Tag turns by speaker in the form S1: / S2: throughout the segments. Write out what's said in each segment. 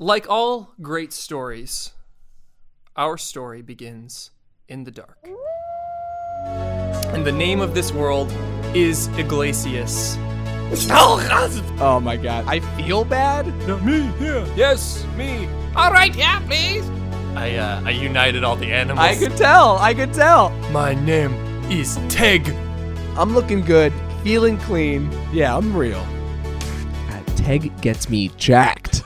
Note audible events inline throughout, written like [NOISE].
S1: Like all great stories, our story begins in the dark. And the name of this world is Iglesias.
S2: Oh my god. I feel bad?
S1: me, here. Yes, me. All right, yeah, please. I uh, I united all the animals.
S2: I could tell. I could tell.
S1: My name is Teg.
S2: I'm looking good, feeling clean. Yeah, I'm real. God, Teg gets me jacked.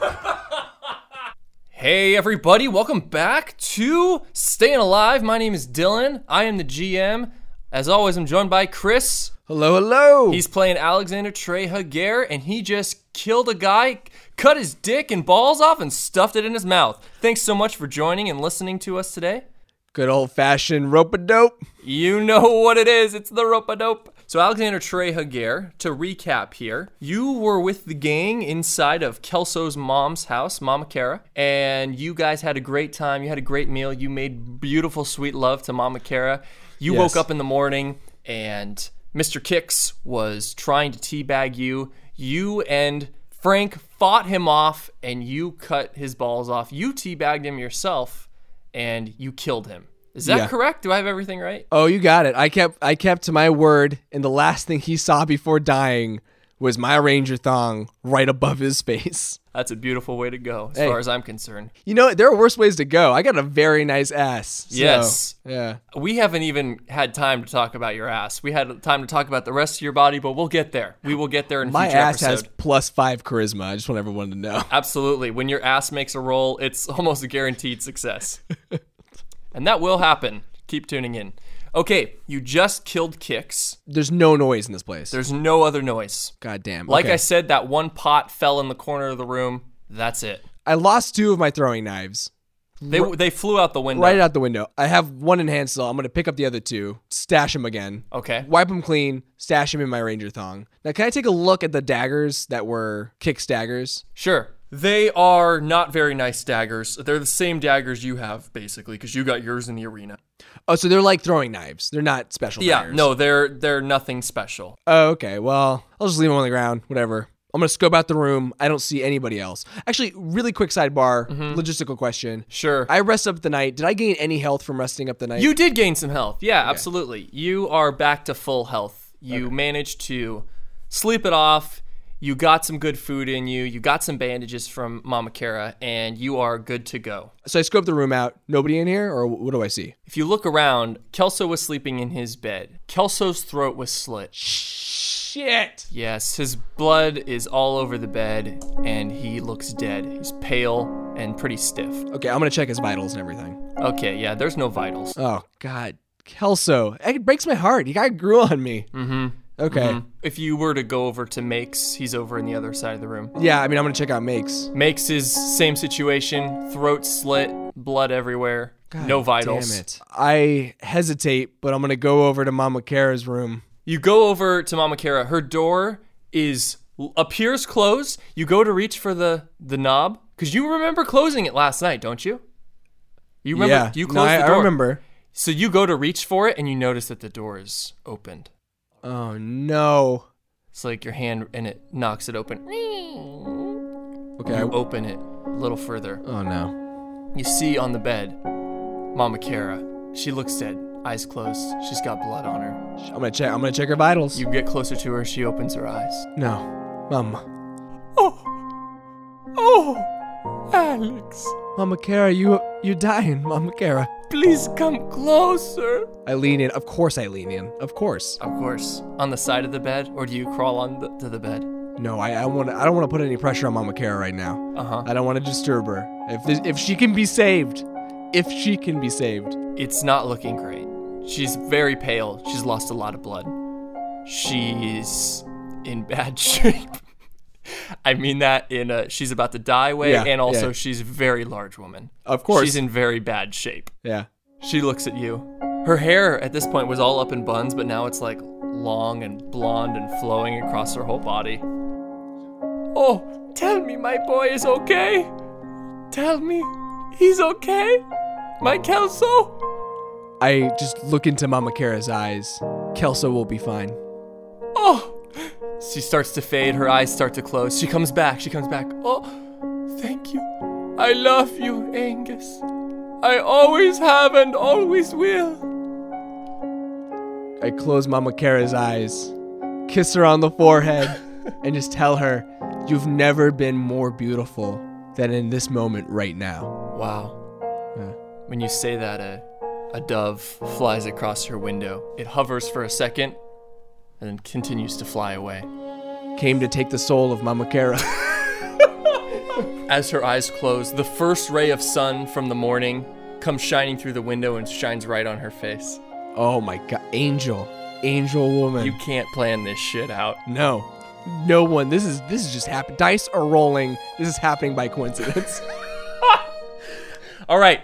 S1: Hey everybody, welcome back to Staying Alive. My name is Dylan. I am the GM. As always, I'm joined by Chris.
S2: [LAUGHS] hello, hello.
S1: He's playing Alexander Trey Haguer, and he just killed a guy, cut his dick and balls off, and stuffed it in his mouth. Thanks so much for joining and listening to us today.
S2: good old fashioned rope a dope.
S1: You know [LAUGHS] what it is. It's the rope a dope. So, Alexander Trey Haguer, to recap here, you were with the gang inside of Kelso's mom's house, Mama Cara, and you guys had a great time. You had a great meal. You made beautiful, sweet love to Mama Cara. You
S2: Yes.
S1: woke up in the morning and Mr. Kicks was trying to teabag you. You and Frank fought him off and you cut his balls off. You teabagged him yourself and you killed him. Is that
S2: Yeah.
S1: correct? Do I have everything right?
S2: Oh, you got it. I kept I kept to my word, and the last thing he saw before dying was my ranger thong right above his face. [LAUGHS]
S1: That's a beautiful way to go, as far as I'm concerned.
S2: You know, there are worse ways to go. I got a very nice ass. so,
S1: Yes.
S2: Yeah.
S1: We haven't even had time to talk about your ass. We had time to talk about the rest of your body, but we'll get there. We will get there in a
S2: My
S1: future
S2: ass
S1: episode.
S2: has plus five charisma. I just want everyone to know. [LAUGHS]
S1: Absolutely. When your ass makes a roll, it's [LAUGHS] almost a guaranteed success. and that will happen. Keep tuning in. Okay, you just killed Kicks.
S2: There's no noise in this place.
S1: There's no other noise.
S2: God damn.
S1: Like
S2: okay.
S1: I said, that one pot fell in the corner of the room. That's it.
S2: I lost two of my throwing knives
S1: They, they flew out the window.
S2: right out the window. I have one in hand still. I'm going to pick up the other two, stash them again,
S1: Okay.
S2: wipe them clean, stash them in my ranger thong. Now, can I take a look at the daggers that were kick daggers?
S1: Sure. They are not very nice daggers. They're the same daggers you have, basically, because you got yours in the arena.
S2: Oh, so they're like throwing knives. They're not special
S1: Yeah,
S2: daggers.
S1: no, they're they're nothing special.
S2: Oh, okay. Well, I'll just leave them on the ground. Whatever. I'm going to scope out the room. I don't see anybody else. Actually, really quick sidebar,
S1: Mm-hmm.
S2: logistical question.
S1: Sure.
S2: I rest up the night. Did I gain any health from resting up the night?
S1: you did gain some health. Yeah, absolutely. You are back to full health. You managed to sleep it off. You got some good food in you. You got some bandages from Mama Cara, and you are good to go.
S2: so I scoped the room out. Nobody in here, or wh- what do I see?
S1: If you look around, Kelso was sleeping in his bed. Kelso's throat was slit.
S2: Shit.
S1: Yes, his blood is all over the bed, and he looks dead. He's pale and pretty stiff.
S2: Okay, I'm gonna check his vitals and everything.
S1: Okay, yeah, there's no vitals.
S2: Oh God, Kelso, it breaks my heart. You guy grew on me. Mm-hmm. Okay.
S1: If you were to go over to Makes, he's over in the other side of the room.
S2: Yeah, I mean, I'm gonna check out Makes.
S1: Makes is same situation, throat slit, blood everywhere, no vitals.
S2: Damn it. I hesitate, but I'm gonna go over to Mama Kara's room.
S1: You go over to Mama Cara. Her door is appears closed. You go to reach for the the knob because you remember closing it last night, don't you? You remember
S2: yeah,
S1: you
S2: No,
S1: closed
S2: I,
S1: the door.
S2: I remember.
S1: So you go to reach for it and you notice that the door is opened.
S2: Oh no.
S1: It's like your hand and it knocks it open.
S2: Okay. I-
S1: You open it a little further.
S2: oh no.
S1: You see on the bed Mama Cara. She looks dead, eyes closed. She's got blood on her.
S2: I'm gonna check. I'm gonna check her vitals.
S1: You get closer to her, she opens her eyes.
S2: no, Mama.
S1: Oh! Oh! Alex,
S2: Mama Kara, you you're dying, Mama Kara.
S1: please come closer.
S2: I lean in. Of course, I lean in. Of course.
S1: Of course. On the side of the bed, or do you crawl on the, to the bed?
S2: No, I I want. I don't want to put any pressure on Mama Kara right now.
S1: Uh huh.
S2: I don't want to disturb her. If this, if she can be saved, if she can be saved.
S1: It's not looking great. She's very pale. She's lost a lot of blood. She's in bad [LAUGHS] shape. I mean that in a she's about to die way,
S2: Yeah,
S1: and also
S2: yeah.
S1: she's a very large woman.
S2: Of course.
S1: She's in very bad shape.
S2: Yeah.
S1: She looks at you. Her hair at this point was all up in buns, but now it's like long and blonde and flowing across her whole body. Oh, tell me my boy is okay. Tell me he's okay. My Kelso.
S2: I just look into Mama Kara's eyes. Kelso will be fine.
S1: Oh! She starts to fade, her eyes start to close. She comes back, she comes back. Oh, thank you. I love you, Angus. I always have and always will.
S2: I close Mama Kara's eyes, kiss her on
S1: [LAUGHS]
S2: the forehead, and just tell her, You've never been more beautiful than in this moment right now.
S1: Wow.
S2: Yeah.
S1: When you say that, a, a dove flies across her window. It hovers for a second and then continues to fly away. [LAUGHS]
S2: Came to take the soul of Mama Kara. [LAUGHS]
S1: As her eyes close, the first ray of sun from the morning comes shining through the window and shines right on her face.
S2: oh my god, angel. Angel woman.
S1: You can't plan this shit out.
S2: no. No one. This is this is just happening. Dice are rolling. This is happening
S1: [LAUGHS]
S2: by coincidence.
S1: All right,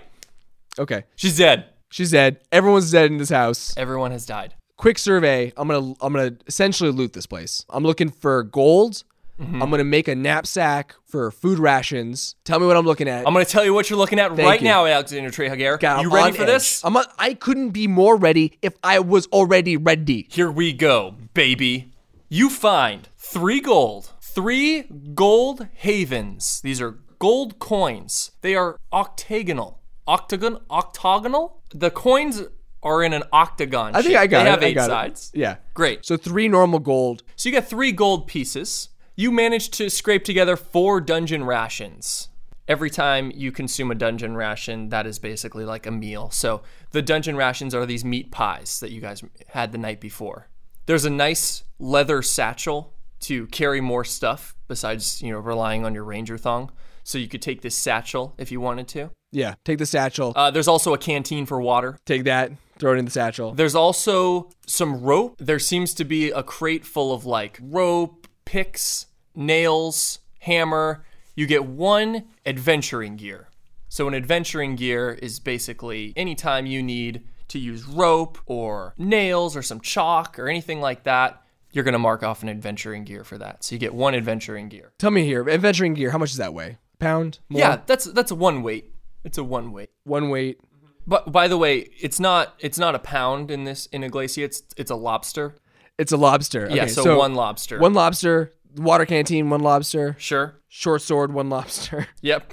S2: okay.
S1: she's dead.
S2: She's dead. Everyone's dead in this house.
S1: Everyone has died.
S2: quick survey. I'm gonna I'm gonna essentially loot this place. I'm looking for gold.
S1: Mm-hmm.
S2: I'm gonna make a knapsack for food rations. Tell me what I'm looking at.
S1: I'm gonna tell you what you're looking at right
S2: you.
S1: now, Alexander Trejaguer.
S2: God,
S1: you
S2: I'm
S1: ready
S2: on
S1: for
S2: edge.
S1: this?
S2: I'm a, I couldn't be more ready if I was already ready.
S1: Here we go, baby. You find three gold, three gold havens. These are gold coins. They are octagonal. Octagon? Octagonal? The coins are in an octagon.
S2: I think I got
S1: they
S2: it.
S1: have
S2: I
S1: eight
S2: got it.
S1: sides.
S2: Yeah.
S1: Great.
S2: So three normal gold.
S1: So you got three gold pieces. You managed to scrape together four dungeon rations. Every time you consume a dungeon ration, that is basically like a meal. So the dungeon rations are these meat pies that you guys had the night before. There's a nice leather satchel to carry more stuff besides, you know, relying on your ranger thong. So you could take this satchel if you wanted to.
S2: Yeah. Take the satchel.
S1: Uh, there's also a canteen for water.
S2: Take that. Throw it in the satchel.
S1: There's also some rope. There seems to be a crate full of like rope, picks, nails, hammer. You get one adventuring gear. So, an adventuring gear is basically anytime you need to use rope or nails or some chalk or anything like that, you're going to mark off an adventuring gear for that. So, you get one adventuring gear.
S2: Tell me here. Adventuring gear. How much is that weigh? Pound. More?
S1: Yeah, that's that's a one weight. It's a one weight.
S2: One weight.
S1: But by the way, it's not it's not a pound in this in Iglesia. It's it's a lobster.
S2: It's a lobster.
S1: Yeah,
S2: Okay,
S1: so, one lobster.
S2: One lobster. Water canteen. One lobster.
S1: Sure.
S2: Short sword. One lobster. [LAUGHS]
S1: Yep.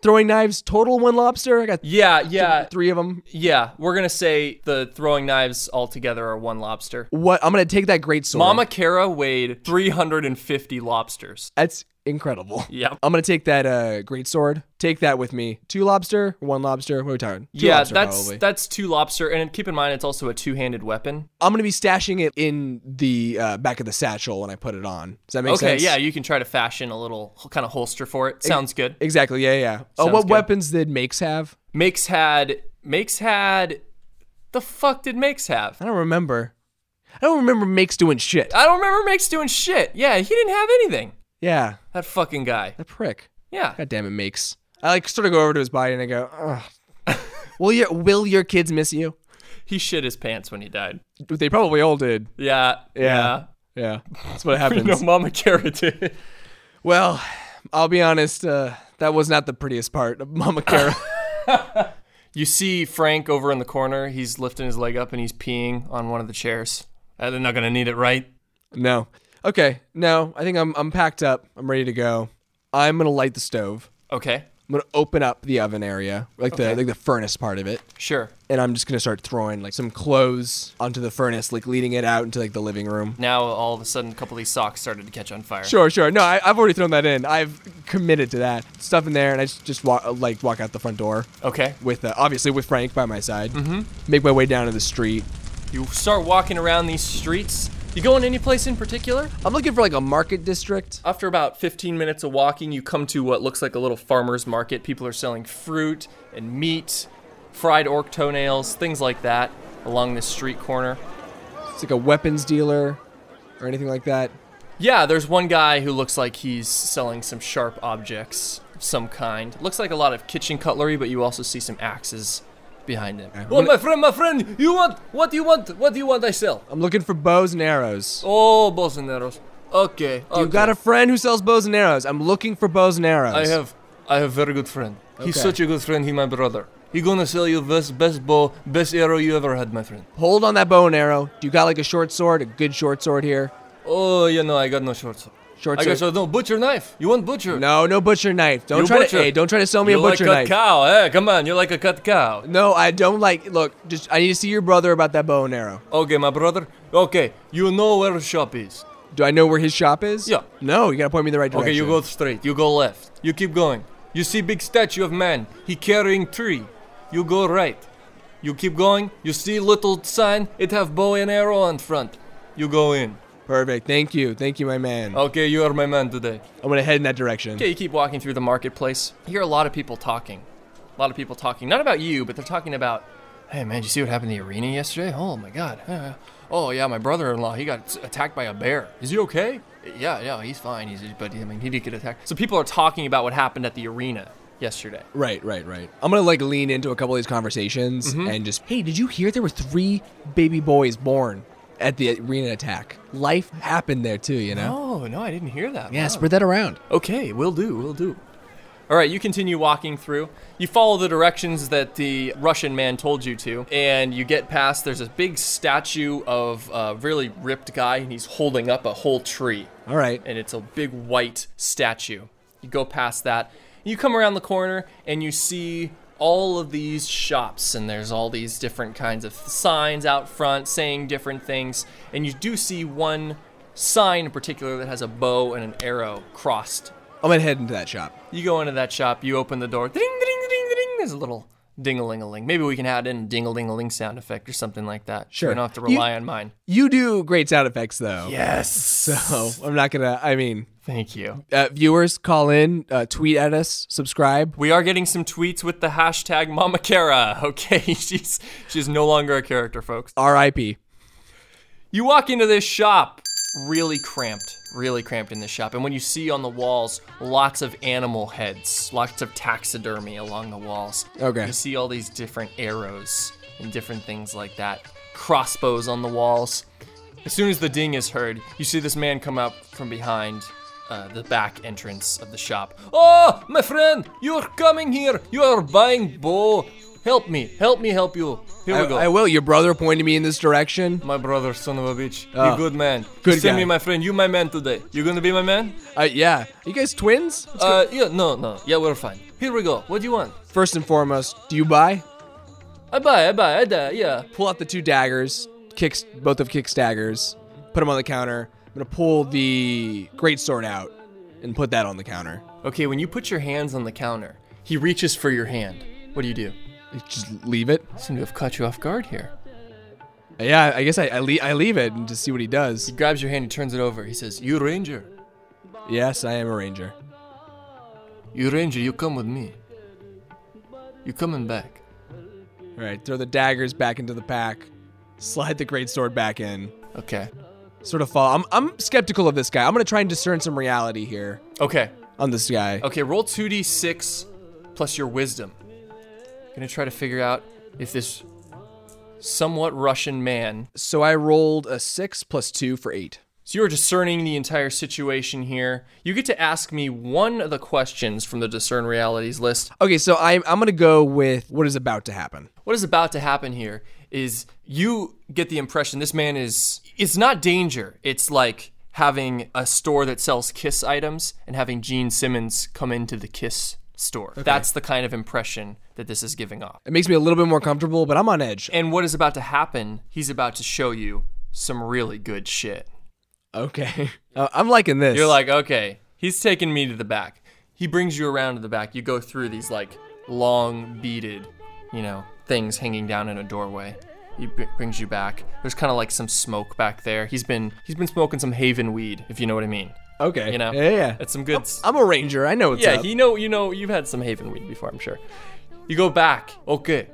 S2: throwing knives total one lobster i got
S1: Yeah, yeah,
S2: three of them
S1: yeah. We're gonna say the throwing knives altogether are one lobster.
S2: what i'm gonna take that great sword
S1: Mama Kara weighed 350 lobsters.
S2: that's incredible
S1: Yep.
S2: i'm gonna take that uh great sword take that with me two lobster one lobster what are we talking two
S1: yeah,
S2: lobster,
S1: that's
S2: probably.
S1: that's two lobster, and keep in mind it's also a two-handed weapon.
S2: i'm gonna be stashing it in the uh, back of the satchel when i put it on does that make
S1: okay,
S2: sense
S1: yeah, you can try to fashion a little kind of holster for it. Sounds good.
S2: exactly yeah yeah oh
S1: Sounds
S2: what
S1: good.
S2: weapons did makes have
S1: Makes had makes had. The fuck did makes have?
S2: i don't remember i don't remember makes doing shit
S1: I don't remember makes doing shit. Yeah, he didn't have anything.
S2: yeah
S1: That fucking guy.
S2: that prick
S1: Yeah.
S2: god damn it makes i like sort of go over to his body and i go Ugh. [LAUGHS] will your will your kids miss you
S1: He shit his pants when he died.
S2: they probably all did
S1: Yeah. Yeah.
S2: Yeah, that's [LAUGHS] what
S1: You
S2: happens.
S1: know, Mama Kara did.
S2: Well, I'll be honest. Uh, that was not the prettiest part of Mama [LAUGHS] Kara.
S1: You see Frank over in the corner. He's lifting his leg up and he's peeing on one of the chairs. Uh, they're not gonna need it, right?
S2: no. Okay. No, I think I'm I'm packed up. I'm ready to go. I'm gonna light the stove.
S1: Okay,
S2: I'm gonna open up the oven area, like the like the furnace part of it,
S1: sure.
S2: and I'm just gonna start throwing like some clothes onto the furnace, like leading it out into like the living room.
S1: Now all of a sudden, a couple of these socks started to catch on fire.
S2: Sure, sure. No, I, I've already thrown that in. I've committed to that stuff in there, and I just just walk like walk out the front door
S1: Okay.
S2: with uh, obviously with Frank by my side. Mm-hmm. Make my way down to the street.
S1: You start walking around these streets. You going any place in particular?
S2: I'm looking for like a market district.
S1: After about 15 minutes of walking, you come to what looks like a little farmer's market. People are selling fruit and meat, fried orc toenails, things like that, along this street corner.
S2: It's like a weapons dealer or anything like that.
S1: Yeah, there's one guy who looks like he's selling some sharp objects of some kind. Looks like a lot of kitchen cutlery, but you also see some axes behind him. Oh, my friend, my friend, you want what do you want? What do you want I sell?
S2: I'm looking for bows and arrows.
S1: Oh, Bolsonaro's. Okay,
S2: You got a friend who sells bows and arrows. I'm looking for bows and arrows.
S1: I have, I have very good friend. He's
S2: Okay.
S1: such a good friend. He my brother. He gonna sell you best, best bow, best arrow you ever had, my friend.
S2: Hold on that bow and arrow. Do you got like a short sword? A good short sword here?
S1: Oh, you know I got no short sword.
S2: Short
S1: I guess
S2: circuit.
S1: I no butcher knife. You want butcher?
S2: No, no butcher knife. Don't
S1: You
S2: try
S1: butcher.
S2: to. Hey, don't try to sell me
S1: you
S2: a butcher
S1: like
S2: knife.
S1: a cow? Eh, come on, you like a cut cow.
S2: No, I don't like. Look, just I need to see your brother about that bow and arrow.
S1: Okay, my brother. Okay, you know where the shop is.
S2: Do I know where his shop is?
S1: Yeah.
S2: No, you gotta point me in the right direction.
S1: Okay, you go straight. You go left. You keep going. You see big statue of man. He carrying tree. You go right. You keep going. You see little sign. It have bow and arrow on front. You go in.
S2: Perfect. Thank you. Thank you, my man.
S1: Okay, you are my man today.
S2: I'm gonna head in that direction.
S1: Oh. Okay, you keep walking through the marketplace. You hear a lot of people talking. A lot of people talking. Not about you, but they're talking about, hey man, did you see what happened to the arena yesterday? Oh my god. [LAUGHS] Uh, Oh yeah, my brother-in-law, he got s- attacked by a bear. Is he okay? Yeah, yeah, he's fine. He's but I mean, he did get attacked. So people are talking about what happened at the arena yesterday.
S2: Right, right, right. I'm gonna like lean into a couple of these conversations
S1: Mm-hmm.
S2: and just, hey, did you hear there were three baby boys born at the arena attack? Life happened there too, you know.
S1: Oh no, I didn't hear that.
S2: Yeah,
S1: Wow.
S2: spread that around.
S1: Okay, will do, will do. All right, you continue walking through. You follow the directions that the Russian man told you to, and you get past. There's a big statue of a really ripped guy, and he's holding up a whole tree,
S2: All right.
S1: and it's a big white statue. You go past that. You come around the corner, and you see all of these shops, and there's all these different kinds of signs out front saying different things, and you do see one sign in particular that has a bow and an arrow crossed
S2: I'm gonna head into that shop.
S1: you go into that shop, you open the door, ding, ding, ding, ding. There's a little ding-a-ling-a-ling. Maybe we can add in ding-a-ling-a-ling sound effect or something like that.
S2: Sure.
S1: I don't have to
S2: You-
S1: rely on mine.
S2: You do great sound effects though.
S1: Yes.
S2: So I'm not gonna. I mean,
S1: Thank you.
S2: uh, viewers, call in, uh, tweet at us, subscribe.
S1: We are getting some tweets with the hashtag Mama Kara. [LAUGHS] Okay, she's she's no longer a character, folks.
S2: R.I.P.
S1: You walk into this shop, really cramped, really cramped in this shop. And when you see on the walls, lots of animal heads, lots of taxidermy along the walls.
S2: Okay.
S1: You see all these different arrows and different things like that, crossbows on the walls. As soon as the ding is heard, you see this man come up from behind. Uh, the back entrance of the shop. Oh, my friend, you're coming here. You are buying bow. Help me, help me, help you. Here
S2: I,
S1: we go.
S2: I will. Your brother pointed me in this direction.
S1: My brother, son of a bitch.
S2: Ah.
S1: you good man.
S2: Good
S1: Send me,
S2: guy.
S1: my friend. You my man today. You gonna be my man?
S2: Uh, yeah. You guys twins?
S1: Uh, yeah, no, no. Yeah, we're fine. Here we go. What do you want?
S2: First and foremost, do you buy?
S1: I buy, I buy, I die, yeah.
S2: Pull out the two daggers, kicks both of Kick's daggers, put them on the counter. I'm gonna pull the great sword out and put that on the counter.
S1: Okay, when you put your hands on the counter, he reaches for your hand. What do you do?
S2: Just leave it.
S1: I seem to have caught you off guard here.
S2: Yeah, I guess I I, le- I leave it and just see what he does.
S1: He grabs your hand, he turns it over. He says, You ranger.
S2: Yes, I am a ranger.
S1: You ranger, you come with me. You coming back.
S2: All right, throw the daggers back into the pack, slide the great sword back in.
S1: Okay.
S2: Sort of fall. I'm I'm skeptical of this guy. I'm gonna try and discern some reality here
S1: Okay.
S2: on this guy.
S1: Okay, roll 2d6 plus your wisdom. Gonna try to figure out if this somewhat Russian man.
S2: So I rolled a six plus two for eight.
S1: So you're discerning the entire situation here. You get to ask me one of the questions from the Discern Realities list.
S2: Okay, so I'm I'm gonna go with what is about to happen.
S1: What is about to happen here is you get the impression this man is. It's not danger, it's like having a store that sells Kiss items and having Gene Simmons come into the Kiss store. That's the kind of impression that this is giving off.
S2: It makes me a little bit more comfortable, but I'm on edge.
S1: And what is about to happen, he's about to show you some really good shit.
S2: Okay, [LAUGHS] Uh, I'm liking this.
S1: You're like, okay, he's taking me to the back. He brings you around to the back. You go through these like long beaded, you know, things hanging down in a doorway. He br- brings you back. There's kind of like some smoke back there. He's been he's been smoking some haven weed, if you know what I mean.
S2: okay,
S1: You know,
S2: yeah, yeah.
S1: it's some good.
S2: I'm a ranger. I know what's
S1: Yeah,
S2: up.
S1: you know, you know, you've had some haven weed before, I'm sure. You go back. Okay.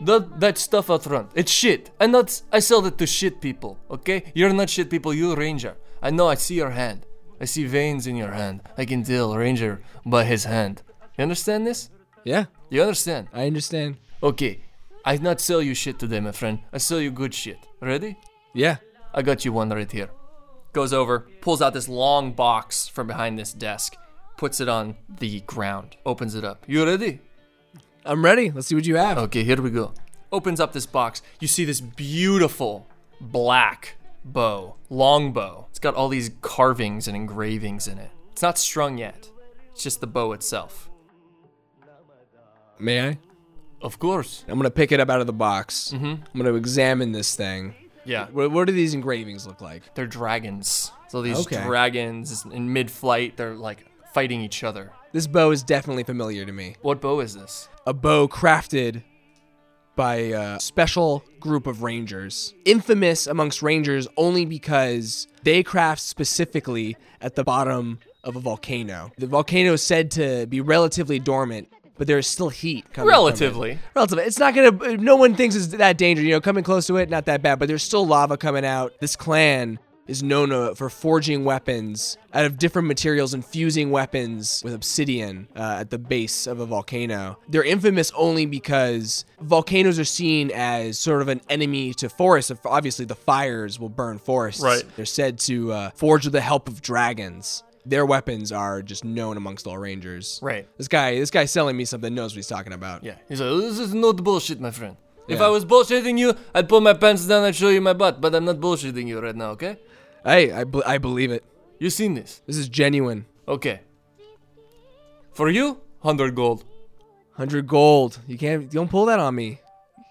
S1: That that stuff out front, it's shit. And that's I sell that to shit people. Okay, you're not shit people. You ranger. I know. I see your hand. I see veins in your hand. I can tell ranger by his hand. You understand this?
S2: yeah,
S1: You understand?
S2: I understand.
S1: Okay. I not sell you shit today, my friend. I sell you good shit. Ready?
S2: Yeah,
S1: I got you one right here. Goes over, pulls out this long box from behind this desk, puts it on the ground, opens it up. You ready?
S2: I'm ready. Let's see what you have.
S1: Okay, here we go. Opens up this box. You see this beautiful black bow, long bow. It's got all these carvings and engravings in it. It's not strung yet, it's just the bow itself.
S2: May I?
S1: Of course.
S2: I'm gonna pick it up out of the box. Mm-hmm. I'm gonna examine this thing.
S1: Yeah.
S2: What, what do these engravings look like?
S1: They're dragons. So these
S2: Okay.
S1: dragons in mid flight, they're like fighting each other.
S2: This bow is definitely familiar to me.
S1: What bow is this?
S2: A bow crafted by a special group of rangers, infamous amongst rangers only because they craft specifically at the bottom of a volcano. The volcano is said to be relatively dormant, but there is still heat coming. from it.
S1: Relatively.
S2: relative. It's not gonna. No one thinks it's that danger. You know, coming close to it, not that bad. But there's still lava coming out. This clan is known uh, for forging weapons out of different materials and fusing weapons with obsidian uh, at the base of a volcano. They're infamous only because volcanoes are seen as sort of an enemy to forests. Obviously, the fires will burn forests.
S1: Right.
S2: They're said to uh, forge with the help of dragons. Their weapons are just known amongst all rangers.
S1: Right.
S2: This guy, this guy selling me something knows what he's talking about.
S1: Yeah. He's like, this is not bullshit, my friend. If
S2: Yeah.
S1: I was bullshitting you, I'd pull my pants down and show you my butt, but I'm not bullshitting you right now, okay?
S2: Hey, I, bel- I believe it.
S1: You seen this.
S2: This is genuine.
S1: Okay. For you, 100 gold.
S2: 100 gold. You can't, don't pull that on me.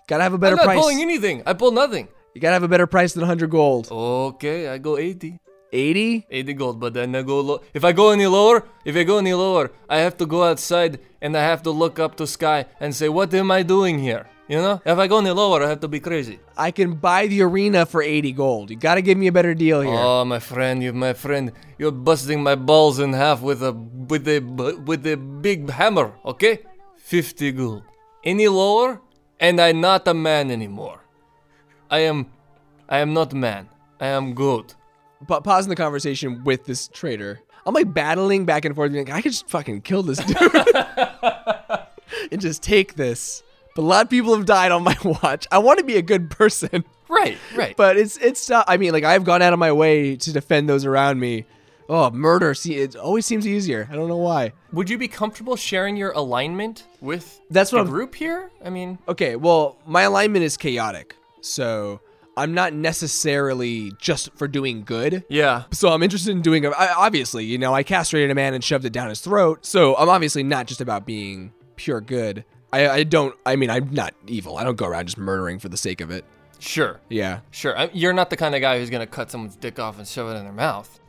S2: Gotta have a better
S1: I'm not
S2: price.
S1: pulling anything. I pull nothing.
S2: you gotta have a better price than 100 gold.
S1: Okay, I go 80.
S2: 80?
S1: 80 gold, but then I go low. If I go any lower, if I go any lower, I have to go outside and I have to look up to sky and say, what am I doing here? You know? If I go any lower, I have to be crazy.
S2: I can buy the arena for 80 gold. You gotta give me a better deal here.
S1: Oh, my friend, you, my friend, you're busting my balls in half with a with a with a big hammer. Okay, fifty gold. Any lower, and I'm not a man anymore. I am, I am not man. I am goat.
S2: Pa- pausing the conversation with this trader. I'm like battling back and forth. being Like, I could just fucking kill this dude
S1: [LAUGHS]
S2: and just take this. But a lot of people have died on my [LAUGHS] watch. I want to be a good person.
S1: Right, right.
S2: but it's it's not, I mean like I've gone out of my way to defend those around me. Oh, murder! See, it always seems easier. I don't know why.
S1: Would you be comfortable sharing your alignment with
S2: That's what
S1: the
S2: I'm-
S1: group here? I mean,
S2: Okay, well, my alignment is chaotic, so I'm not necessarily just for doing good.
S1: yeah,
S2: So I'm interested in doing. I, obviously, you know, I castrated a man and shoved it down his throat. So I'm obviously not just about being pure good. I, I don't. I mean, I'm not evil. I don't go around just murdering for the sake of it.
S1: sure,
S2: Yeah.
S1: sure. I, you're not the kind of guy who's gonna cut someone's dick off and shove it in their mouth.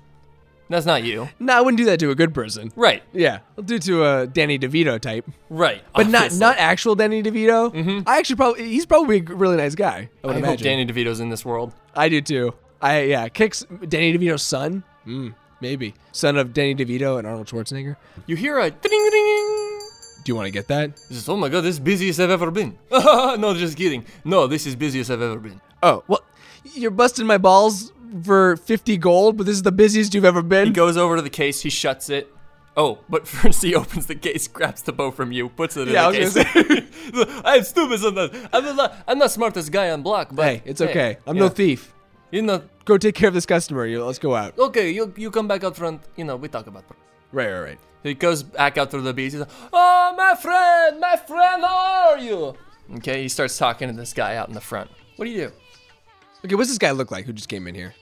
S1: That's not you.
S2: No, I wouldn't do that to a good person.
S1: Right,
S2: Yeah, I'll do it to a Danny DeVito type.
S1: right.
S2: but not
S1: obviously.
S2: not actual Danny DeVito. I actually probably he's probably a really nice guy. Mm-hmm. I would
S1: I hope
S2: imagine.
S1: Danny DeVito's in this world.
S2: I do too. I yeah, kicks Danny DeVito's son. Mm, maybe son of Danny DeVito and Arnold Schwarzenegger.
S1: You hear a ding ding.
S2: Do you want to get that?
S1: Just, oh my god, this is busiest I've ever been. [LAUGHS] no, just kidding. No, this is busiest I've ever been.
S2: Oh well, you're busting my balls for fifty gold, but this is the busiest you've ever
S1: He
S2: been.
S1: goes over to the case, he shuts it. Oh, but [LAUGHS] first he opens the case, grabs the bow from you, puts it in
S2: Yeah,
S1: the
S2: I was
S1: case. [LAUGHS] I'm stupid sometimes. I'm not, I'm not smartest guy on block, but
S2: hey, it's okay. I'm no
S1: yeah.
S2: thief.
S1: You know,
S2: Go take care of this customer. You, let's go out.
S1: okay, you you come back out front. You know, we talk about. it.
S2: Right, right, right.
S1: He goes back out through the beach. He's like, "Oh, my friend, my friend, how are you?" Okay, he starts talking to this guy out in the front. What do you do?
S2: Okay, what's this guy look like who just came in here?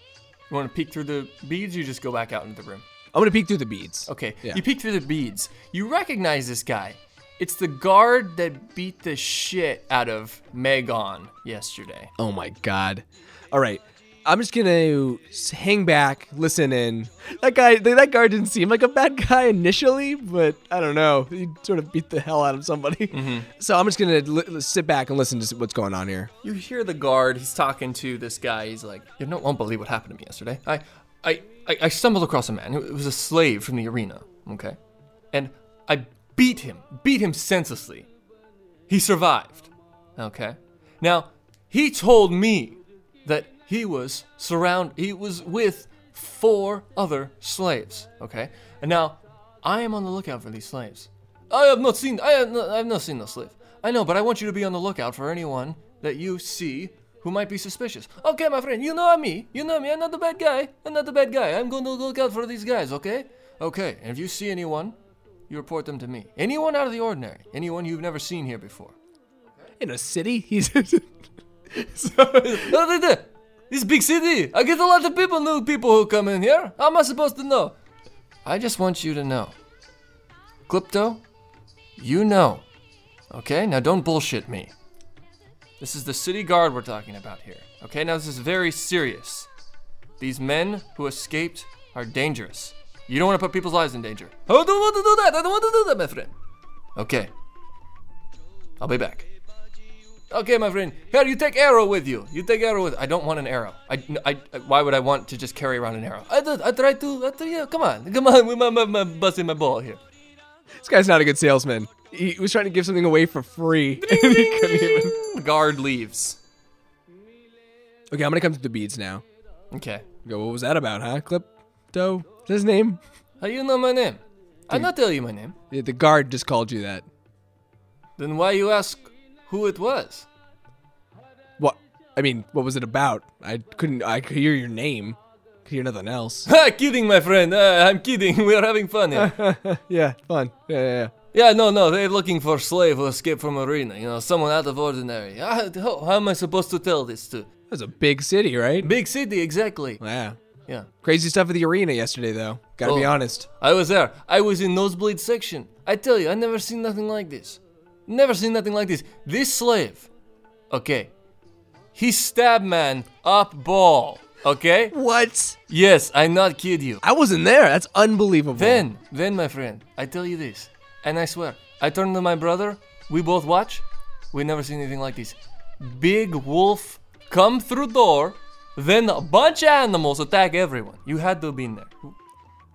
S1: You want to peek through the beads? You just go back out into the room.
S2: I'm gonna peek through the beads.
S1: Okay.
S2: Yeah.
S1: You peek through the beads. You recognize this guy. It's the guard that beat the shit out of Megon yesterday.
S2: Oh my god. All right. I'm just gonna s- hang back, listen in. That guy, th- that guard didn't seem like a bad guy initially, but I don't know. He sort of beat the hell out of somebody. [LAUGHS] So I'm just gonna li- li- sit back and listen to s- what's going on here.
S1: You hear the guard. He's talking to this guy. He's like, "You don't won't believe what happened to me yesterday. I, I, I, I stumbled across a man who was a slave from the arena. Okay, and I beat him, beat him senselessly. He survived. Okay. Now he told me that he was surround. He was with four other slaves. Okay. And now I am on the lookout for these slaves. I have not seen. I have not, I have not seen no slave. I know, but I want you to be on the lookout for anyone that you see who might be suspicious. Okay, my friend, you know me. You know me. I'm not the bad guy. I'm not the bad guy. I'm going to look out for these guys. Okay. Okay. And if you see anyone, you report them to me. Anyone out of the ordinary. Anyone you've never seen here before.
S2: [LAUGHS] In a city? He's.
S1: [LAUGHS] No, no, no. This big city. I get a lot of people, new people who come in here. How am I supposed to know? I just want you to know. Clipto, you know. Okay, now don't bullshit me. This is the city guard we're talking about here. Okay, now this is very serious. These men who escaped are dangerous. You don't want to put people's lives in danger. I don't want to do that. I don't want to do that, my friend. Okay. I'll be back. Okay, my friend. Here, you take arrow with you. You take arrow with. I don't want an arrow. I, I, I- why would I want to just carry around an arrow? I, did- I tried to. I tried, yeah, come on, come on. With my, my, my busting my ball here.
S2: This guy's not a good salesman. He was trying to give something away for free. [LAUGHS] and he couldn't even.
S1: The [LAUGHS] guard leaves.
S2: Okay, I'm gonna come to the beads now.
S1: Okay.
S2: Go, what was that about, huh? Clipto? Is that his name?
S1: How you know my name? I not tell you my name.
S2: The, the guard just called you that.
S1: Then why you ask who it was? [LAUGHS]
S2: What? I mean, what was it about? I couldn't. I could hear your name. Could hear nothing else.
S1: Ha, kidding, my friend. Uh, I'm kidding. [LAUGHS] We're having fun here.
S2: [LAUGHS] yeah, fun. Yeah, yeah, yeah.
S1: Yeah, no, no, they're looking for slave who escaped from arena. You know, someone out of ordinary. Ah, How, how am I supposed to tell this to?
S2: That's a big city, right?
S1: Big city, exactly.
S2: Yeah.
S1: Yeah,
S2: Crazy stuff at the arena yesterday, though. Gotta be
S1: Oh.
S2: honest.
S1: I was there. I was in nosebleed section. I tell you, I never seen nothing like this. Never seen nothing like this. This slave, okay, he stabbed man up ball. Okay.
S2: What?
S1: Yes, I'm not kid you.
S2: I wasn't there. That's unbelievable.
S1: Then, then, my friend, I tell you this, and I swear, I turn to my brother, we both watch, we never seen anything like this. Big wolf come through door, then a bunch of animals attack everyone. You had to be in there.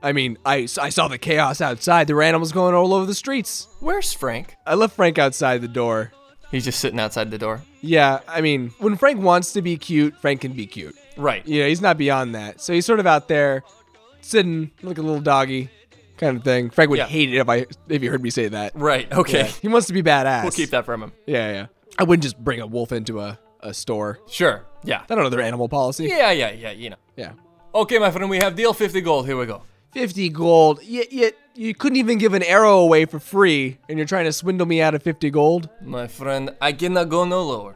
S2: I mean, I, I saw the chaos outside. There were animals going all over the streets.
S1: Where's Frank?
S2: I left Frank outside the door.
S1: He's just sitting outside the door.
S2: Yeah, I mean, when Frank wants to be cute, Frank can be cute.
S1: Right.
S2: You know, he's not beyond that. So he's sort of out there, sitting like a little doggy, kind of thing. Frank would
S1: Yeah.
S2: hate it if I if you heard me say that.
S1: Right. Okay.
S2: He wants to be badass.
S1: [LAUGHS] We'll keep that from him.
S2: Yeah, yeah. I wouldn't just bring a wolf into a, a store.
S1: Sure. Yeah.
S2: I don't know their animal policy.
S1: Yeah. Yeah. Yeah. You know.
S2: Yeah.
S1: Okay, my friend, we have deal 50 gold. Here we go.
S2: 50 gold. You, you, you couldn't even give an arrow away for free, and you're trying to swindle me out of 50 gold?
S1: My friend, I cannot go no lower.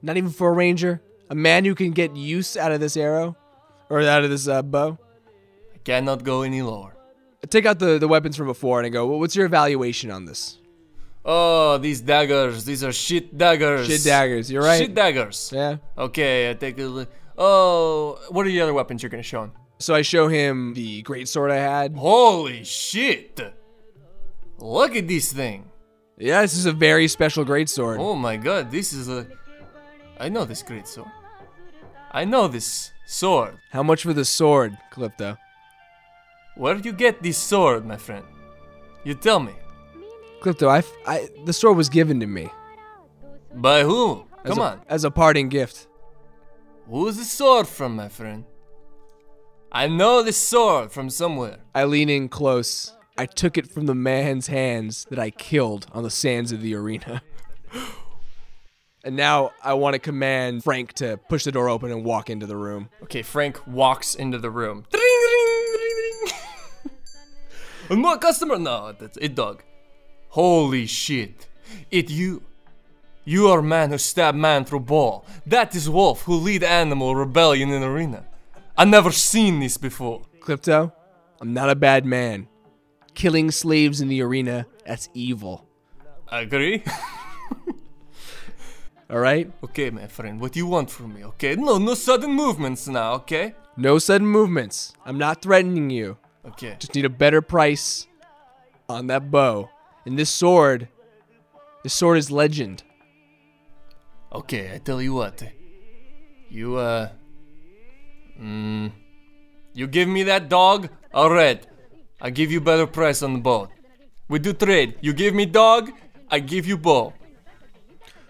S2: Not even for a ranger? A man who can get use out of this arrow? Or out of this uh, bow?
S1: I cannot go any lower.
S2: I take out the, the weapons from before and I go, well, what's your evaluation on this?
S1: Oh, these daggers. These are shit daggers.
S2: Shit daggers, you're right.
S1: Shit daggers.
S2: yeah.
S1: Okay, I take a look. Oh, what are the other weapons you're gonna show him?
S2: So I show him the great sword I had.
S1: Holy shit! Look at this thing.
S2: Yeah, this is a very special great sword.
S1: Oh my god, this is a. I know this great sword. I know this sword.
S2: How much for the sword, Calypto?
S1: Where you get this sword, my friend? You tell me.
S2: Calypto, I, f- I- the sword was given to me.
S1: By whom?
S2: as
S1: Come
S2: a-
S1: on.
S2: As a parting gift.
S1: Who's the sword from, my friend? I know this sword from somewhere.
S2: I lean in close. I took it from the man's hands that I killed on the sands of the arena. [GASPS] and now I want to command Frank to push the door open and walk into the room.
S1: Okay, Frank walks into the room. Ding, ding, ding, ding. [LAUGHS] I'm not a customer. No, that's it, dog. Holy shit. It you. You are man who stabbed man through ball. That is Wolf who lead animal rebellion in arena. I never seen this before.
S2: Clipto, I'm not a bad man. Killing slaves in the arena, that's evil.
S1: Agree? [LAUGHS]
S2: All right?
S1: okay, my friend, what you want from me, okay? No, no sudden movements now, okay?
S2: No sudden movements. I'm not threatening you.
S1: Okay.
S2: Just need a better price on that bow. And this sword, this sword is legend.
S1: Okay, I tell you what. You, uh. Mm, you give me that dog? Alright. I give you better price on the boat. We do trade. You give me dog, I give you bow.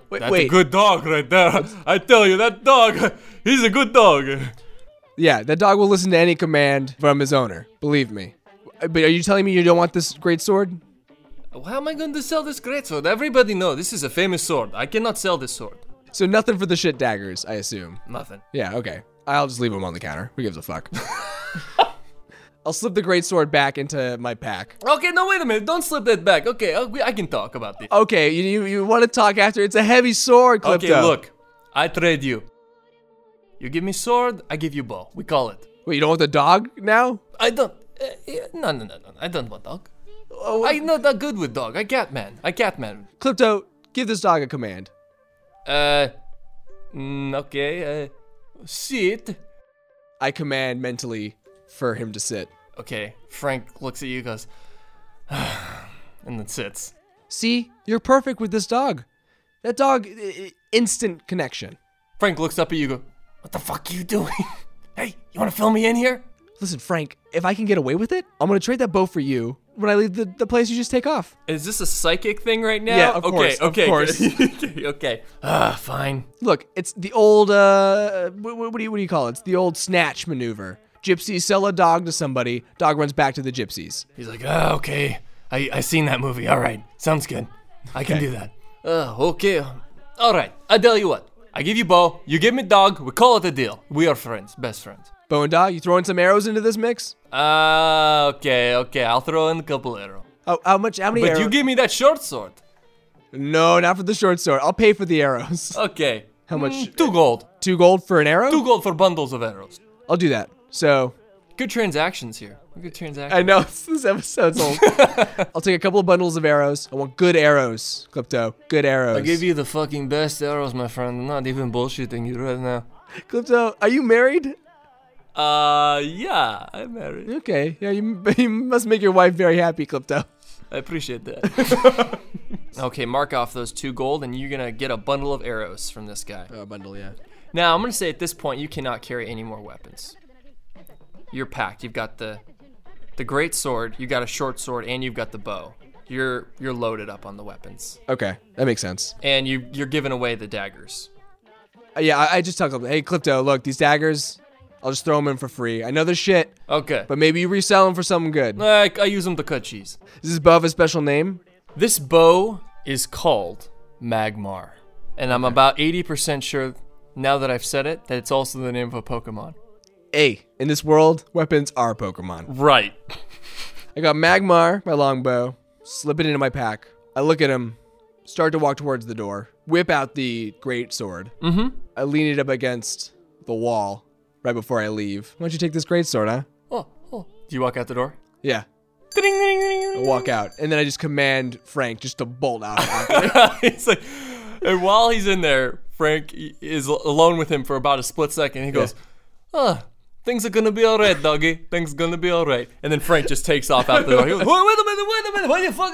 S2: Wait,
S1: That's a good dog right there. [LAUGHS] I tell you, that dog, [LAUGHS] he's a good dog.
S2: Yeah, that dog will listen to any command from his owner. Believe me. Uh, But are you telling me you don't want this great sword?
S1: How am I going to sell this great sword? Everybody know this is a famous sword. I cannot sell this sword.
S2: So nothing for the shit daggers, I assume.
S1: Nothing.
S2: Yeah, okay. I'll just leave them on the counter. Who gives
S1: [LAUGHS]
S2: a fuck? I'll slip the great sword back into my pack.
S1: Okay, no, wait a minute. Don't slip that back. Okay, uh, we- I can talk about this.
S2: Okay, Oh, you you, you want to talk after? It's a heavy sword, Clipto.
S1: Okay, look, I trade you. You give me sword, I give you bow. We call it.
S2: Wait, you don't want the dog now?
S1: I don't. Uh, yeah, no, no, no, no. I don't want dog. I'm not that good with dog. I cat man. I cat man.
S2: Clipto, give this dog a command.
S1: Uh, mm, okay. Uh, sit.
S2: I command mentally for him to sit.
S1: Okay. Frank looks at you, goes, [SIGHS] and then sits.
S2: See, you're perfect with this dog. That dog, i- i- instant connection.
S1: Frank looks up at you, go, what the fuck you doing? [LAUGHS] hey, you want to fill me in here?
S2: Listen, Frank, if I can get away with it, I'm gonna trade that bow for you. When I leave the, the place, you just take off.
S1: Is this a psychic thing right now?
S2: Yeah, of
S1: okay,
S2: course, of
S1: okay,
S2: course.
S1: good. [LAUGHS] okay. Ah, fine.
S2: Look, it's the old, uh, what, what, do you, what do you call it? It's the old snatch maneuver. Gypsies sell a dog to somebody, dog runs back to the gypsies.
S1: He's like, ah, okay. I I seen that movie. All right, sounds good. I can do that. Uh, okay. All right. I tell you what. I give you bow. You give me dog. We call it a deal. We are friends, best friends.
S2: Bow and Dog, you throwing some arrows into this mix?
S1: Ah, okay, okay. I'll throw in a couple arrow.
S2: Oh, how much, how many
S1: But
S2: arrows?
S1: you give me that short sword.
S2: no, not for the short sword. I'll pay for the arrows. [LAUGHS]
S1: Okay. Mm,
S2: How much-
S1: two gold.
S2: Two gold for an arrow?
S1: Two gold for bundles of arrows.
S2: I'll do that. So,
S1: Good transactions here. Good transactions.
S2: I know [LAUGHS] this episode's old. I'll take a couple of bundles of arrows. I want good arrows, Clipto. Good arrows.
S1: I give you the fucking best arrows, my friend. I'm not even bullshitting you right now.
S2: Clipto, are you married?
S1: Uh, yeah, I'm married.
S2: Okay, yeah, you, [LAUGHS] you must make your wife very happy, Clipto.
S1: I appreciate that. [LAUGHS] okay, mark off those two gold, and you're gonna get a bundle of arrows from this guy.
S2: A bundle, yeah.
S1: Now, I'm gonna say at this point, you cannot carry any more weapons. You're packed. You've got the the great sword, you've got a short sword, and you've got the bow. You're you're loaded up on the weapons,
S2: Okay, that makes sense.
S1: and you you're giving away the daggers.
S2: Uh, yeah, I, I just tell Clipto, hey, Clipto, look, these daggers, I'll just throw them in for free. I know they're shit,
S1: Okay,
S2: but maybe you resell them for something good.
S1: I, I use them to cut cheese.
S2: Is this bow have a special name?
S1: This bow is called Magmar. And I'm about 80% sure, now that I've said it, that it's also the name of a Pokemon.
S2: Hey, in this world, weapons are Pokemon.
S1: Right.
S2: I got Magmar, my longbow, slip it into my pack. I look at him, start to walk towards the door, whip out the great sword. Mm-hmm. I lean it up against the wall right before I leave. Why don't you take this great sword, huh?
S1: Oh, oh. Do you walk out the door?
S2: Yeah.
S1: Ding, ding, ding,
S2: I
S1: ding.
S2: walk out, and then I just command Frank just to bolt
S1: [LAUGHS]
S2: out. after me.
S1: it's like, and while he's in there, Frank i- is al- alone with him for about a split second. He goes, "Ah, things are gonna be all right, doggy. Things gonna be all right." And then Frank just takes off out the door. He goes, "Wait a minute! Wait a minute! What the fuck?"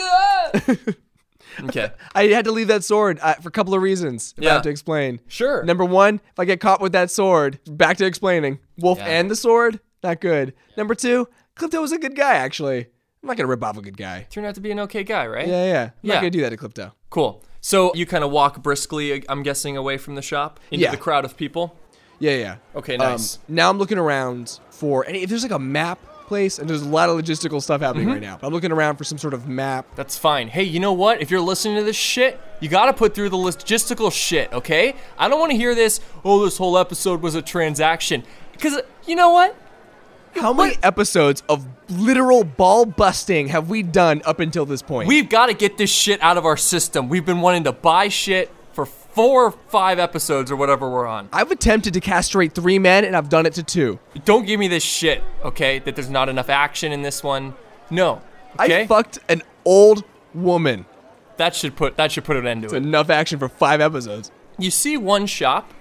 S1: Is [LAUGHS] that? okay,
S2: I had to leave that sword uh, for a couple of reasons. If I
S1: Yeah.
S2: have to explain.
S1: sure.
S2: Number one, if I get caught with that sword, back to explaining. Wolf
S1: Yeah.
S2: and the sword, not good. Number two, Clipto was a good guy, actually. I'm not gonna rip off a good guy.
S1: Turned out to be an okay guy, right?
S2: Yeah, yeah. I'm
S1: Yeah.
S2: not gonna do that to Clipto.
S1: Cool. So you kind of walk briskly, I'm guessing, away from the shop into
S2: Yeah.
S1: the crowd of people.
S2: Yeah, yeah.
S1: Okay,
S2: Um,
S1: nice.
S2: now I'm looking around for any. If there's like a map place, and there's a lot of logistical stuff happening
S1: Mm-hmm.
S2: right now. I'm looking around for some sort of map.
S1: That's fine. Hey, you know what? If you're listening to this shit, you gotta put through the logistical shit, okay? I don't want to hear this. Oh, this whole episode was a transaction. Because you know what?
S2: How many episodes of literal ball busting have we done up until this point?
S1: We've got to get this shit out of our system. We've been wanting to buy shit for four or five episodes or whatever we're on.
S2: I've attempted to castrate three men, and I've done it to two.
S1: Don't give me this shit, okay? That there's not enough action in this one. No. Okay?
S2: I fucked an old woman.
S1: that should put that should put an end to it.
S2: Enough action for five episodes.
S1: you see one shop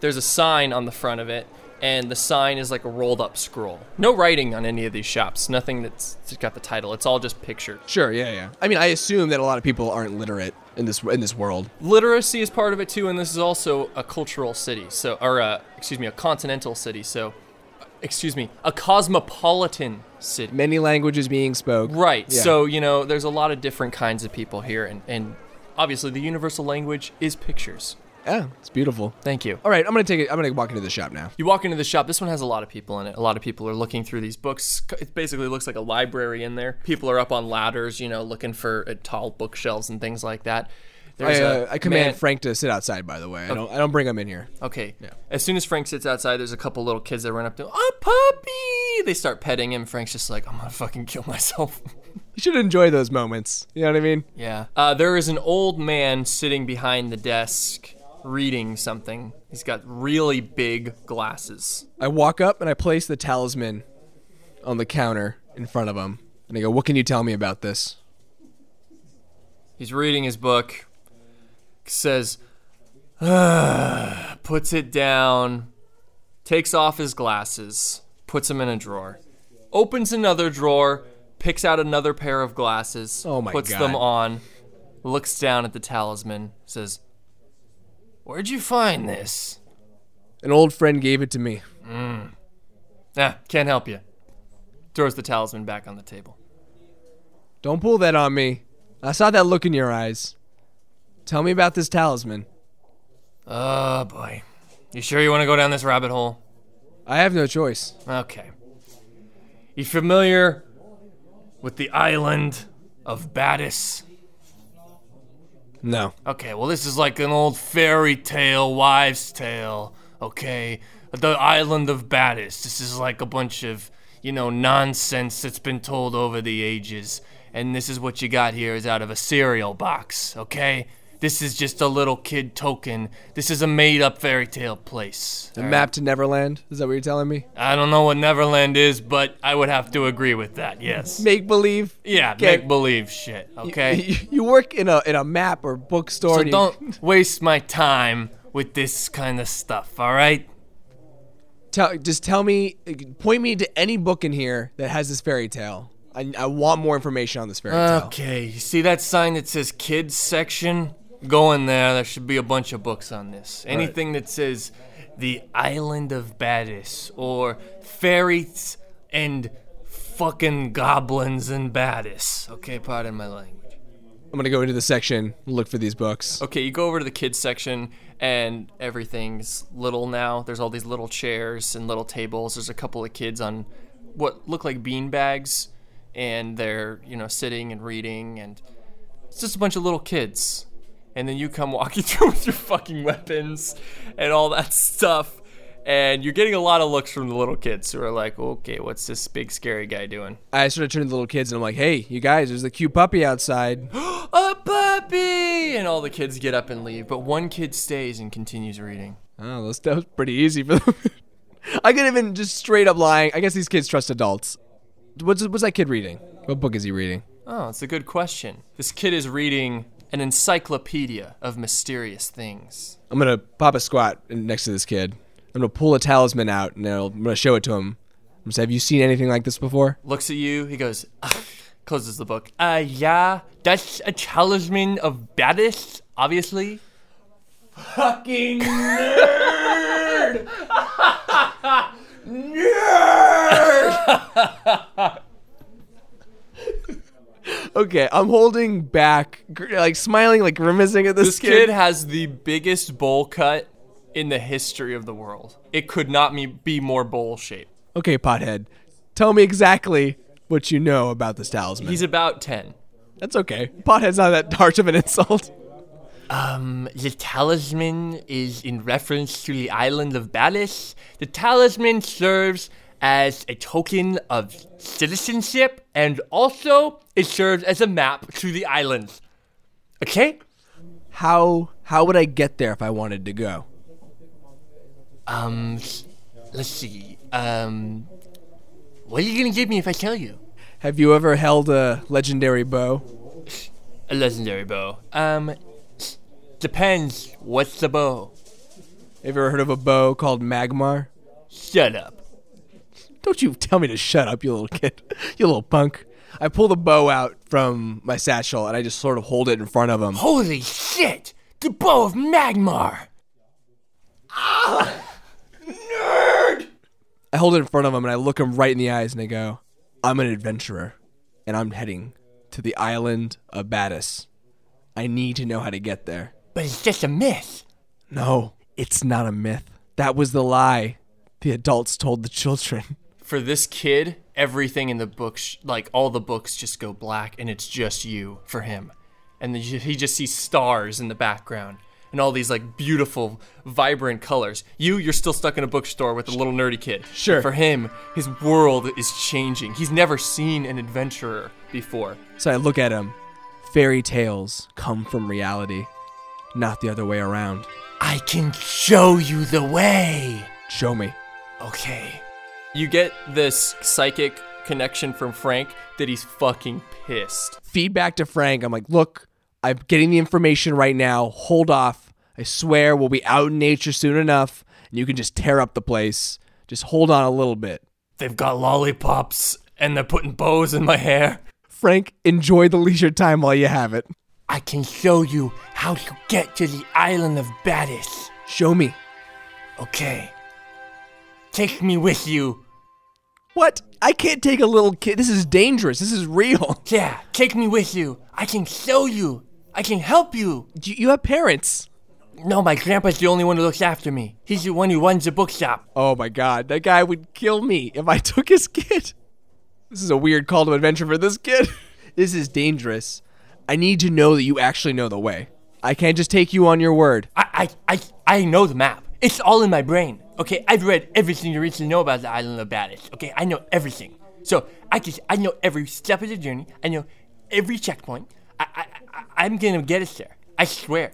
S1: there's a sign on the front of it and the sign is like a rolled up scroll no writing on any of these shops nothing that's that's got the title it's all just pictures
S2: Sure, yeah, yeah. I mean, I assume that a lot of people aren't literate in this in this world.
S1: literacy is part of it too and this is also a cultural city so or a, excuse me a continental city so excuse me a cosmopolitan city
S2: Many languages being spoke.
S1: Right.
S2: Yeah.
S1: So, you know, there's a lot of different kinds of people here and, and obviously the universal language is pictures.
S2: yeah, it's beautiful.
S1: Thank you.
S2: All right, I'm gonna take it. I'm gonna walk into the shop now.
S1: You walk into the shop. This one has a lot of people in it. A lot of people are looking through these books. It basically looks like a library in there. People are up on ladders, you know, looking for uh, tall bookshelves and things like that.
S2: I,
S1: There's
S2: uh,
S1: a
S2: I command
S1: man- Oh.
S2: Frank to sit outside. By the way, I don't. I don't bring him in here.
S1: Okay. As soon as Frank sits outside, there's a couple little kids that run up to him. Oh, puppy! They start petting him. Frank's just like, I'm gonna fucking kill
S2: [LAUGHS]
S1: myself.
S2: You should enjoy those moments. You know what I mean?
S1: yeah. Uh, there is an old man sitting behind the desk reading something. He's got really big glasses.
S2: I walk up and I place the talisman on the counter in front of him. And I go, What can you tell me about this?
S1: He's reading his book. Says, "Ah," puts it down, takes off his glasses, puts them in a drawer, opens another drawer, picks out another pair of glasses,
S2: Oh my
S1: puts
S2: God.
S1: them on, looks down at the talisman, says, Where'd you find this?
S2: An old friend gave it to me.
S1: Ah, can't help you. Throws the talisman back on the table.
S2: Don't pull that on me. I saw that look in your eyes. Tell me about this talisman.
S1: Oh boy. You sure you want to go down this rabbit hole?
S2: I have no choice.
S1: Okay. You familiar with the island of Battis?
S2: No.
S1: Okay, well, this is like an old fairy tale, wives' tale, okay? The island of Battis. This is like a bunch of, you know, nonsense that's been told over the ages. And this is what you got here is out of a cereal box, okay? This is just a little kid token. This is a made up fairy tale place.
S2: The map to Neverland? Is that what you're telling me?
S1: I don't know what Neverland is, but I would have to agree with that, yes.
S2: Make believe.
S1: Yeah,
S2: Okay.
S1: make believe shit, okay?
S2: You, [LAUGHS] you work in a in a map or bookstore.
S1: So
S2: and you-
S1: don't waste my time with this kind of stuff, all right?
S2: tell, just tell me, point me to any book in here that has this fairy tale. I, I want more information on this fairy tale.
S1: Okay, you see that sign that says kids section? Go in there, there should be a bunch of books on this. Anything that says the island of Badis or fairies and fucking goblins and Badis. Okay, pardon my language.
S2: I'm gonna go into the section, look for these books.
S1: Okay, you go over to the kids section and everything's little now. There's all these little chairs and little tables. There's a couple of kids on what look like bean bags and they're, you know, sitting and reading and it's just a bunch of little kids. And then you come [LAUGHS] walking through with your fucking weapons and all that stuff. And you're getting a lot of looks from the little kids who are like, "Okay, what's this big scary guy doing?"
S2: I sort of turn to the little kids and I'm like, "Hey, you guys, there's a cute puppy outside." [GASPS]
S1: A puppy! And all the kids get up and leave, but one kid stays and continues reading.
S2: Oh, those, that was pretty easy for them. [LAUGHS] I could have been just straight up lying. I guess these kids trust adults. What's what's that kid reading? What book is he reading?
S1: Oh, it's a good question. This kid is reading an encyclopedia of mysterious things.
S2: I'm gonna pop a squat in- next to this kid. I'm gonna pull a talisman out and I'll- I'm gonna show it to him. I'm gonna say, "Have you seen anything like this before?"
S1: Looks at you, he goes, "Ah," closes the book. Uh, yeah, that's a talisman of Badis, obviously. Fucking nerd!
S2: Okay, I'm holding back, gr- like smiling, like grimacing at this,
S1: This kid has the biggest bowl cut in the history of the world. It could not me- be more bowl shaped.
S2: Okay, pothead, tell me exactly what you know about this talisman.
S1: He's about 10.
S2: That's okay. Pothead's not that harsh of an insult.
S1: The talisman is in reference to the island of Badis. The talisman serves as a token of citizenship and also it serves as a map to the island. Okay?
S2: How how would I get there if I wanted to go?
S1: Um, s- let's see. Um, what are you gonna give me if I tell you?
S2: Have you ever held a legendary bow?
S1: A legendary bow. Um, s- depends. What's the bow?
S2: Have you ever heard of a bow called Magmar?
S1: Shut up.
S2: Don't you tell me to shut up, you little kid. [LAUGHS] you little punk. I pull the bow out from my satchel and I just sort of hold it in front of him.
S1: Holy shit! The bow of Magmar!
S2: I hold it in front of him and I look him right in the eyes and I go, I'm an adventurer and I'm heading to the island of Battis. I need to know how to get there.
S1: But it's just a myth.
S2: No, it's not a myth. That was the lie the adults told the children. [LAUGHS]
S1: for this kid, everything in the books, like all the books, just go black, and it's just you for him. And then he just sees stars in the background and all these like beautiful, vibrant colors. You, you're still stuck in a bookstore with a little nerdy kid.
S2: Sure.
S1: But for him, his world is changing. He's never seen an adventurer before.
S2: So I look at him. Fairy tales come from reality. not the other way around.
S3: I can show you the way.
S2: Show me.
S3: Okay.
S1: You get this psychic connection from Frank that he's fucking pissed.
S2: Feedback to Frank. I'm like, look, I'm getting the information right now. Hold off. I swear we'll be out in nature soon enough, and you can just tear up the place. Just hold on a little bit.
S3: They've got lollipops and they're putting bows in my hair.
S2: Frank, enjoy the leisure time while you have it.
S3: I can show you how to get to the island of Battis.
S2: Show me.
S3: Okay. Take me with you.
S2: What? I can't take a little kid. This is dangerous. This is real. [LAUGHS]
S3: Yeah, take me with you. I can show you. I can help you.
S2: You, you have parents.
S3: No, my grandpa's the only one who looks after me. He's the one who runs the bookshop.
S2: Oh my god, that guy would kill me if I [LAUGHS] took his kid. This is a weird call to adventure for this kid. [LAUGHS] this is dangerous. I need to know that you actually know the way. I can't just take you on your word.
S3: I, I, I, I know the map. It's all in my brain. Okay, I've read everything there is to know about the island of Battis. Okay, I know everything. So I just, I know every step of the journey. I know every checkpoint. I, I, I I'm gonna get us there. I swear.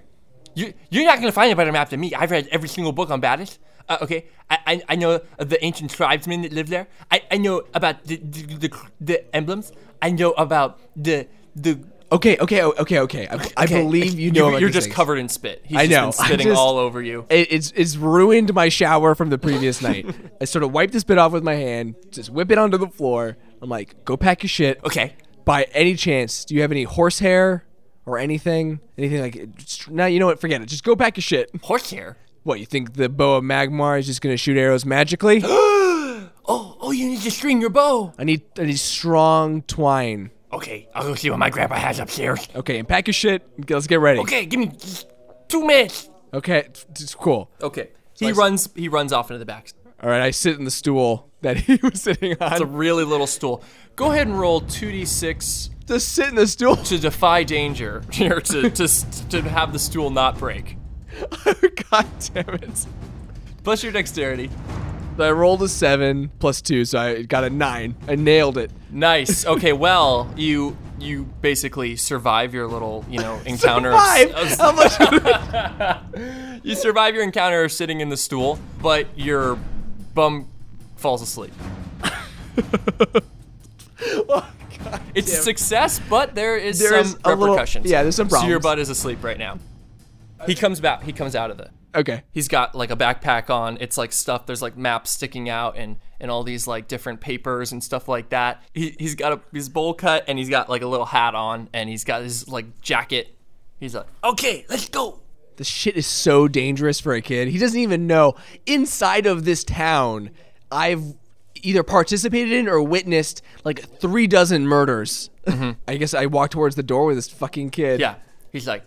S3: You, you're not gonna find a better map than me. I've read every single book on Battis. Uh, okay, I, I, I know of the ancient tribesmen that lived there. I, I know about the, the, the, the emblems. I know about the the
S2: Okay, okay, o- okay, okay. I, I
S3: Okay.
S2: believe you know. about
S1: are
S2: these
S1: just
S2: things.
S1: covered in spit. He's
S2: I
S1: just
S2: know.
S1: been
S2: [LAUGHS] I
S1: spitting
S2: just-
S1: all over you.
S2: It, it's it's ruined my shower from the previous [LAUGHS] night. I sort of wipe this bit off with my hand, just whip it onto the floor. I'm like, go pack your shit.
S3: okay.
S2: By any chance, do you have any horsehair or anything? Anything like? just- Now you know what? Forget it. Just go pack your shit.
S3: Horsehair.
S2: What you think the bow of Magmar is just gonna shoot
S1: [GASPS]
S2: arrows magically?
S3: Oh, oh, you need to string your bow.
S2: I need I need strong twine.
S3: Okay, I'll go see what my grandpa has upstairs.
S2: Okay, and pack your shit. and Let's get ready.
S3: Okay, give me just two minutes.
S2: Okay, it's- it's cool.
S1: Okay. He runs he runs off into the back.
S2: All right, I sit in the stool that [LAUGHS] he was sitting
S1: It's a
S2: on.
S1: really little stool. Go ahead and roll 2d6
S2: Just sit in the stool. [LAUGHS]
S1: to defy danger [LAUGHS] or to, to to have the stool not break.
S2: Oh, God damn it.
S1: Plus your dexterity.
S2: I rolled a seven plus two, so I got a nine. I nailed it. [LAUGHS]
S1: Nice. Okay, well, you you basically survive your little, you
S2: [LAUGHS]
S1: know, encounter of- of
S2: Five. How much?
S1: [LAUGHS]
S2: [LAUGHS]
S1: You survive your encounter of sitting in the stool, but your bum falls asleep.
S2: oh, God.
S1: It's a success, but there is
S2: There
S1: some
S2: is a little-
S1: repercussions.
S2: yeah, there's some
S1: So your
S2: problems.
S1: butt is asleep right now. He comes back. He comes out of the.
S2: Okay.
S1: He's got like a backpack on. It's like stuff. There's like maps sticking out and and all these like different papers and stuff like that. He he's got a his bowl cut and he's got like a little hat on and he's got his like jacket. He's like,
S3: Okay, let's go.
S2: This shit is so dangerous for a kid. He doesn't even know. Inside of this town, I've either participated in or witnessed like three dozen murders. I guess I walked towards the door with this fucking
S1: Mm-hmm.
S2: kid.
S1: yeah.
S3: He's like,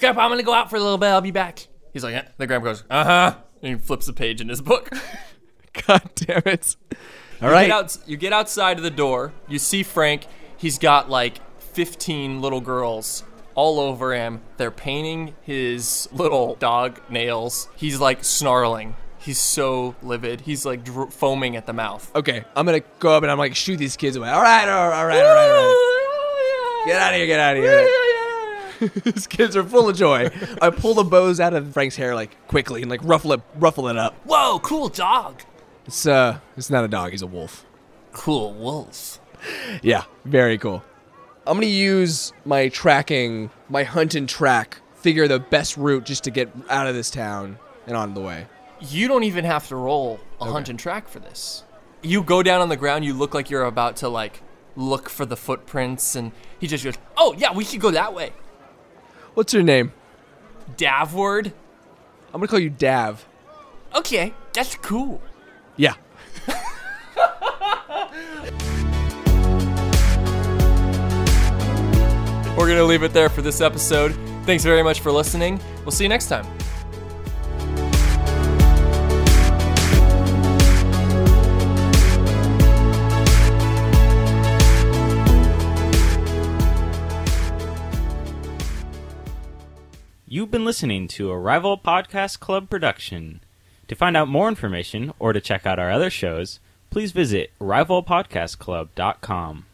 S3: Grandpa, I'm gonna go out for a little bit. I'll be back.
S1: He's like, eh. the grandpa goes, uh huh, and he flips a page in his book.
S2: [LAUGHS]
S1: [LAUGHS]
S2: God damn it. All right.
S1: get out, you get outside of the door. You see Frank. He's got like 15 little girls all over him. They're painting his little dog nails. He's like snarling. He's so livid. He's like dro- foaming at the
S2: [LAUGHS]
S1: mouth.
S2: Okay, I'm gonna go up and I'm like shoot these kids away. All right, all right, all right, all right. All right. Get out of here, get out of here. [LAUGHS] These kids are full of joy. I pull the bows out of Frank's hair like quickly and like ruffle it ruffle it up.
S3: Whoa, cool dog.
S2: It's uh it's not a dog, he's a wolf.
S3: Cool wolves.
S2: Yeah, very cool. I'm gonna use my tracking, my hunt and track, figure the best route just to get out of this town and on the way.
S1: You don't even have to roll a hunt and track for this. You go down on the ground. You look like you're about to like look for the footprints, and he just goes,
S3: Oh, yeah, we should go that way.
S2: What's your name?
S1: "Davward."
S2: I'm gonna call you Dav.
S3: Okay, that's cool.
S2: Yeah.
S1: We're gonna leave it there for this episode. Thanks very much for listening. We'll see you next time.
S4: You've been listening to a Rival Podcast Club production. To find out more information or to check out our other shows, please visit rivalpodcastclub.com.